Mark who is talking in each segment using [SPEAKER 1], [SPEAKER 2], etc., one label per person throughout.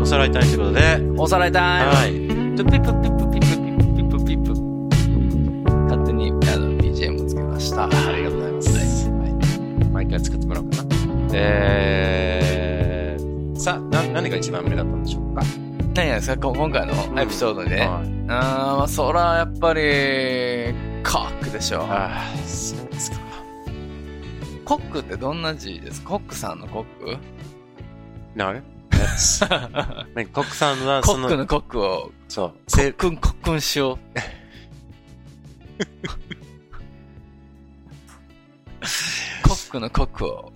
[SPEAKER 1] おさらいたいということで、
[SPEAKER 2] おさらいタイム
[SPEAKER 1] はい。
[SPEAKER 2] ピップピップピップピップピップピップ。勝手にあの BGM をつけました。ありがとうございます。はい、毎回作ってもらおうかな。
[SPEAKER 1] えー、さ、な、何が一番目だったんでしょうか
[SPEAKER 2] 何やですかこ今回のエピソードで。
[SPEAKER 1] はい
[SPEAKER 2] うん、まあ、そらやっぱり、コックでしょ。
[SPEAKER 1] ああ、そうですか。
[SPEAKER 2] コックってどんな字ですかコックさんのコッ ク
[SPEAKER 1] なるなんかコックさんは、そ
[SPEAKER 2] コック
[SPEAKER 1] の、
[SPEAKER 2] のコックを、
[SPEAKER 1] そう、
[SPEAKER 2] コッ
[SPEAKER 1] せ
[SPEAKER 2] クンコックンしよう。コックのコックを、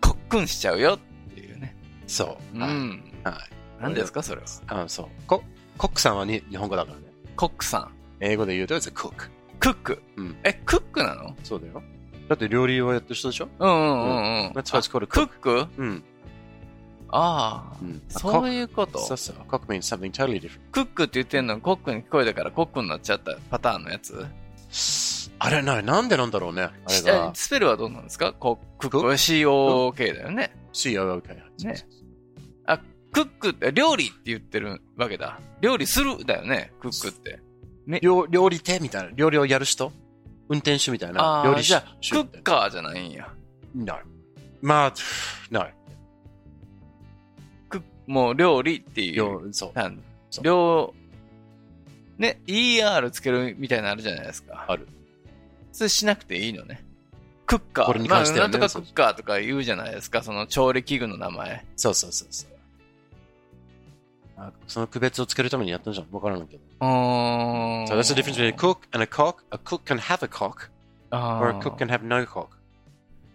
[SPEAKER 2] コックンしちゃうよっていうね。
[SPEAKER 1] そう。
[SPEAKER 2] う
[SPEAKER 1] はい
[SPEAKER 2] ん。
[SPEAKER 1] はい。
[SPEAKER 2] 何ですかそれは。
[SPEAKER 1] あそう。ココックさんはに日本語だからね。
[SPEAKER 2] コックさん。
[SPEAKER 1] 英語で言うと、it's a cook。
[SPEAKER 2] クック。
[SPEAKER 1] うん
[SPEAKER 2] え、クックなの
[SPEAKER 1] そうだよ。だって料理をやってる人でしょ
[SPEAKER 2] うんうんうんうん。
[SPEAKER 1] ?That's what's called a
[SPEAKER 2] あク
[SPEAKER 1] cook.
[SPEAKER 2] ック
[SPEAKER 1] うん。
[SPEAKER 2] ああ、
[SPEAKER 1] うん
[SPEAKER 2] そう
[SPEAKER 1] う
[SPEAKER 2] いうこと。
[SPEAKER 1] そうそう。cook means something totally different.
[SPEAKER 2] クックって言ってんのコックに聞こえたからコックになっちゃったパターンのやつ。
[SPEAKER 1] あれ、な、なんでなんだろうね。あれ
[SPEAKER 2] し
[SPEAKER 1] が
[SPEAKER 2] あ。スペルはどうなんですかコクック
[SPEAKER 1] ク
[SPEAKER 2] は COK だよね。
[SPEAKER 1] COOK。
[SPEAKER 2] ねクックって料理って言ってるわけだ。料理するだよね、クックって。
[SPEAKER 1] 料料理手みたいな。料理をやる人運転手みたいな
[SPEAKER 2] あ。ー
[SPEAKER 1] 料理
[SPEAKER 2] じゃあ
[SPEAKER 1] 手み
[SPEAKER 2] ク
[SPEAKER 1] た
[SPEAKER 2] ッ
[SPEAKER 1] い
[SPEAKER 2] カーじゃないんや。
[SPEAKER 1] な。No. まあ、no.
[SPEAKER 2] クッもう料理っていう。
[SPEAKER 1] 料そう。
[SPEAKER 2] なん
[SPEAKER 1] そう
[SPEAKER 2] 料、ね、ER つけるみたいなのあるじゃないですか。
[SPEAKER 1] ある。
[SPEAKER 2] それしなくていいのね。クッカー。
[SPEAKER 1] これに関してはね
[SPEAKER 2] まあなんと
[SPEAKER 1] そ
[SPEAKER 2] か
[SPEAKER 1] う
[SPEAKER 2] クッカーとか言うじゃないですか、その調理器具の名前。
[SPEAKER 1] そうそうそうそう。あその区別をつけるためにやったんじゃん。わからないけど。
[SPEAKER 2] うーん。
[SPEAKER 1] So that's the difference between a cook and a cock. A cook can have a cock,
[SPEAKER 2] あー
[SPEAKER 1] or a cook can have no cock.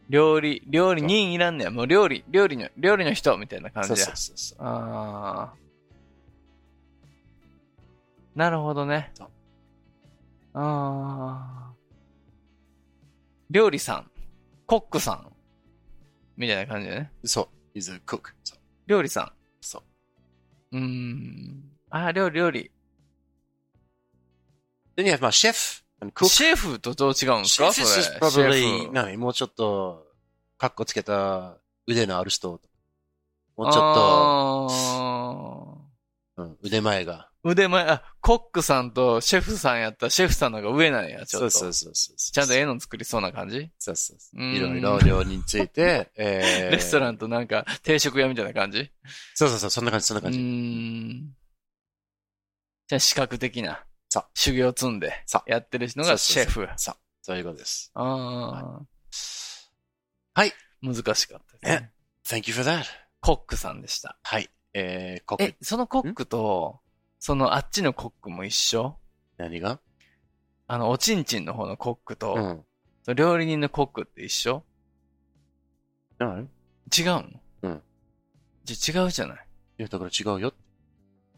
[SPEAKER 2] 料理、料理人いらんねや。もう料理、料理の、料理の人みたいな感じ
[SPEAKER 1] そ
[SPEAKER 2] や。
[SPEAKER 1] うそうそうそう。
[SPEAKER 2] ああ。なるほどね
[SPEAKER 1] そう。
[SPEAKER 2] ああ。料理さん、コックさん、みたいな感じだね。
[SPEAKER 1] そう。is a cook. そう。
[SPEAKER 2] 料理さん。。
[SPEAKER 1] そう
[SPEAKER 2] うーん。ああ、料理、料理。
[SPEAKER 1] Then you have, まあ、chef and cook.
[SPEAKER 2] シェフとどう違うんで
[SPEAKER 1] Chef
[SPEAKER 2] すか
[SPEAKER 1] is
[SPEAKER 2] そ
[SPEAKER 1] just
[SPEAKER 2] れ。シ
[SPEAKER 1] probably,
[SPEAKER 2] ェフ
[SPEAKER 1] 何もうちょっと、カッコつけた腕のある人。もうちょっと、
[SPEAKER 2] あ
[SPEAKER 1] う
[SPEAKER 2] ー
[SPEAKER 1] ん、腕前が。
[SPEAKER 2] 腕前、あ、コックさんとシェフさんやったらシェフさんの方が上なんや、ち
[SPEAKER 1] そ
[SPEAKER 2] ょっと。
[SPEAKER 1] うそうそうそう。
[SPEAKER 2] ちゃんと絵の作りそうな感じ
[SPEAKER 1] そうそうそう
[SPEAKER 2] うーん
[SPEAKER 1] いろいろ料理につい て、えー、
[SPEAKER 2] レスト
[SPEAKER 1] ン。
[SPEAKER 2] ランとなんか定食屋みたいな感じ
[SPEAKER 1] そうそうそう、そんな感じ、そんな
[SPEAKER 2] うー
[SPEAKER 1] 感じ。
[SPEAKER 2] ん。じゃあ視覚的な
[SPEAKER 1] そう
[SPEAKER 2] 修行を積んで
[SPEAKER 1] そう
[SPEAKER 2] やってる人がシェフ。
[SPEAKER 1] そう。そういうことです。
[SPEAKER 2] ああ。
[SPEAKER 1] はい。
[SPEAKER 2] 難しかったですね。
[SPEAKER 1] Thank you for that.
[SPEAKER 2] コックさんでした。
[SPEAKER 1] はい。えー、コッ
[SPEAKER 2] え
[SPEAKER 1] ク、、
[SPEAKER 2] そのコックと、そのあっちのコックも一緒
[SPEAKER 1] 何が
[SPEAKER 2] あの、おちんちんの方のコックと、
[SPEAKER 1] うん。
[SPEAKER 2] その料理人のコックって一緒
[SPEAKER 1] 何い
[SPEAKER 2] 違うの
[SPEAKER 1] うん。
[SPEAKER 2] じゃあ違うじゃない
[SPEAKER 1] や、だから違うよ。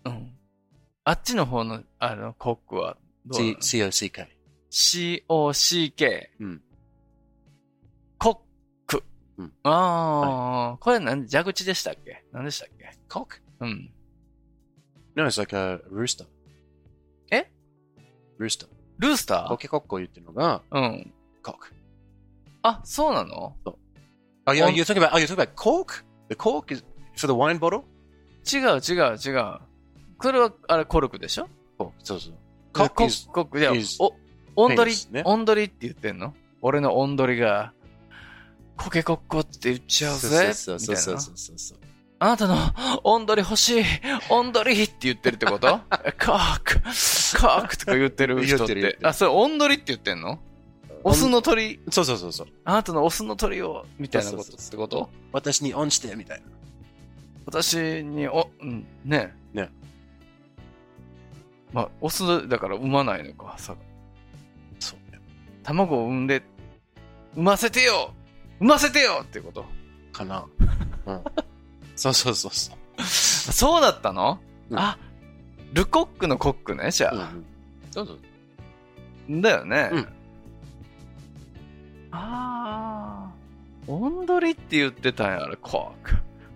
[SPEAKER 2] うん。あっちの方の、あの、コックはどうな
[SPEAKER 1] C-
[SPEAKER 2] の、
[SPEAKER 1] COCK。
[SPEAKER 2] ?COCK。
[SPEAKER 1] うん。
[SPEAKER 2] コック。
[SPEAKER 1] うん
[SPEAKER 2] ああ、これなん、蛇口でしたっけ何でしたっけ
[SPEAKER 1] Cock?
[SPEAKER 2] うん。
[SPEAKER 1] No, it's like a rooster.
[SPEAKER 2] え
[SPEAKER 1] ?rooster.
[SPEAKER 2] ルースタ
[SPEAKER 1] コケコッコ言ってるのが、
[SPEAKER 2] ーうん。
[SPEAKER 1] cock.
[SPEAKER 2] あ、そうなの
[SPEAKER 1] Are you, are
[SPEAKER 2] On-
[SPEAKER 1] you talking about, are you talking about cork? The cork is for the wine bottle?
[SPEAKER 2] 違う違う違う。これは、あれ、コルクでしょ
[SPEAKER 1] Cork, そうそう。
[SPEAKER 2] コ
[SPEAKER 1] cock
[SPEAKER 2] ッ
[SPEAKER 1] is,
[SPEAKER 2] ク、コック、いや
[SPEAKER 1] is、
[SPEAKER 2] お、おんどり
[SPEAKER 1] famous ね、
[SPEAKER 2] おんどりって言ってんの俺のおんどりが、コケコッコって言っちゃうぜ。
[SPEAKER 1] そう
[SPEAKER 2] み
[SPEAKER 1] そ
[SPEAKER 2] た
[SPEAKER 1] う
[SPEAKER 2] い
[SPEAKER 1] そう
[SPEAKER 2] な。
[SPEAKER 1] そうそうそう。
[SPEAKER 2] あなたの、おんどり欲しい、おんどりって言ってるってこと カーク、カークとか言ってる人っ
[SPEAKER 1] 言ってる言って
[SPEAKER 2] て。
[SPEAKER 1] る
[SPEAKER 2] あ、それ、おんどりって言ってんのオスの鳥、
[SPEAKER 1] そうそうそうそう。
[SPEAKER 2] あなたのオスの鳥を、みたいなことってこと
[SPEAKER 1] 私にオンしてみたいな。
[SPEAKER 2] 私に、お、うん、ねえ。
[SPEAKER 1] ね
[SPEAKER 2] まあ、オスだから産まないのか、さ。
[SPEAKER 1] そうね。
[SPEAKER 2] 卵を産んで、産ませてよ産ませてよっていうこと。
[SPEAKER 1] か な。うん。そうそうそうそう。
[SPEAKER 2] そうだったの、
[SPEAKER 1] うん
[SPEAKER 2] あ、ルコックのコックね、じゃあ。
[SPEAKER 1] うんそうそう。
[SPEAKER 2] だよね。
[SPEAKER 1] うん
[SPEAKER 2] ああ。おんどりって言ってたんや、あれ。コーク。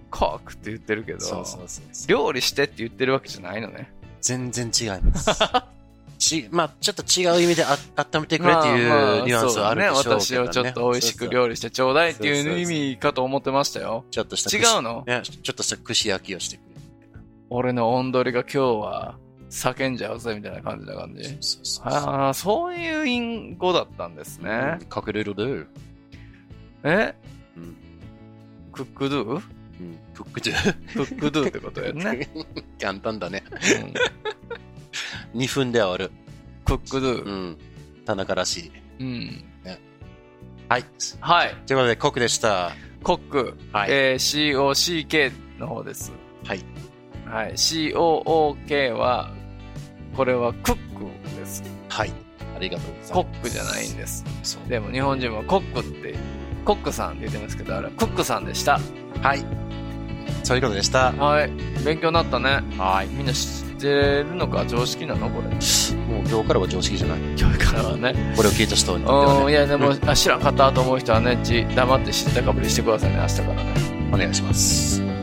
[SPEAKER 2] コークって言ってるけど。
[SPEAKER 1] そうそうそうそう。
[SPEAKER 2] 料理してって言ってるわけじゃないのね。
[SPEAKER 1] 全然違います。 ち、まあちょっと違う意味であ温めてくれってい
[SPEAKER 2] まあま
[SPEAKER 1] う
[SPEAKER 2] あ
[SPEAKER 1] ニュアンスはあるでしょうけどね。
[SPEAKER 2] そうね。私をちょっと美味しく
[SPEAKER 1] そうそう
[SPEAKER 2] 料理してちょうだいって
[SPEAKER 1] そう
[SPEAKER 2] い
[SPEAKER 1] そう
[SPEAKER 2] う
[SPEAKER 1] そう
[SPEAKER 2] 意味かと思ってましたよ。
[SPEAKER 1] ちょっとした
[SPEAKER 2] 違
[SPEAKER 1] 串
[SPEAKER 2] うの
[SPEAKER 1] ね、ちょっとした串焼きをしてくれるみたいな。
[SPEAKER 2] 俺の音取りが今日は叫んじゃうぜみたいな感じな感じ。
[SPEAKER 1] そうそうそう
[SPEAKER 2] ああ、そういう隠語だったんですね。
[SPEAKER 1] うん隠れるで。う
[SPEAKER 2] え
[SPEAKER 1] ん。
[SPEAKER 2] クックドゥ
[SPEAKER 1] うん。クックじゃ。
[SPEAKER 2] クックドゥってこと やね。
[SPEAKER 1] 簡単だね。
[SPEAKER 2] うん
[SPEAKER 1] 2分で終わる。
[SPEAKER 2] クックド
[SPEAKER 1] う
[SPEAKER 2] ゥ。
[SPEAKER 1] ん。田中らしい。
[SPEAKER 2] うん。
[SPEAKER 1] はい。
[SPEAKER 2] はい。
[SPEAKER 1] ということで、コクでした。
[SPEAKER 2] コック、
[SPEAKER 1] はい
[SPEAKER 2] えー COCK の方です。
[SPEAKER 1] はい。
[SPEAKER 2] はい。COOK は、これはクックです。
[SPEAKER 1] はい。ありがとうございます。
[SPEAKER 2] コックじゃないんです。
[SPEAKER 1] そう
[SPEAKER 2] でも日本人はコックって、コックさんって言ってますけど、あれはクックさんでした。
[SPEAKER 1] はい。そういうことでした。
[SPEAKER 2] はい。勉強になったね。
[SPEAKER 1] はい。
[SPEAKER 2] みんな知ってるのか常識なのこれ。
[SPEAKER 1] もう今日からは常識じゃない。
[SPEAKER 2] 今日からはね。
[SPEAKER 1] これを聞いた人にとっては
[SPEAKER 2] うん、
[SPEAKER 1] ね、
[SPEAKER 2] いやでも、
[SPEAKER 1] う
[SPEAKER 2] あ知らんかったと思う人はね、ち黙って知ったかぶりしてくださいね、明日からね。
[SPEAKER 1] お願いします。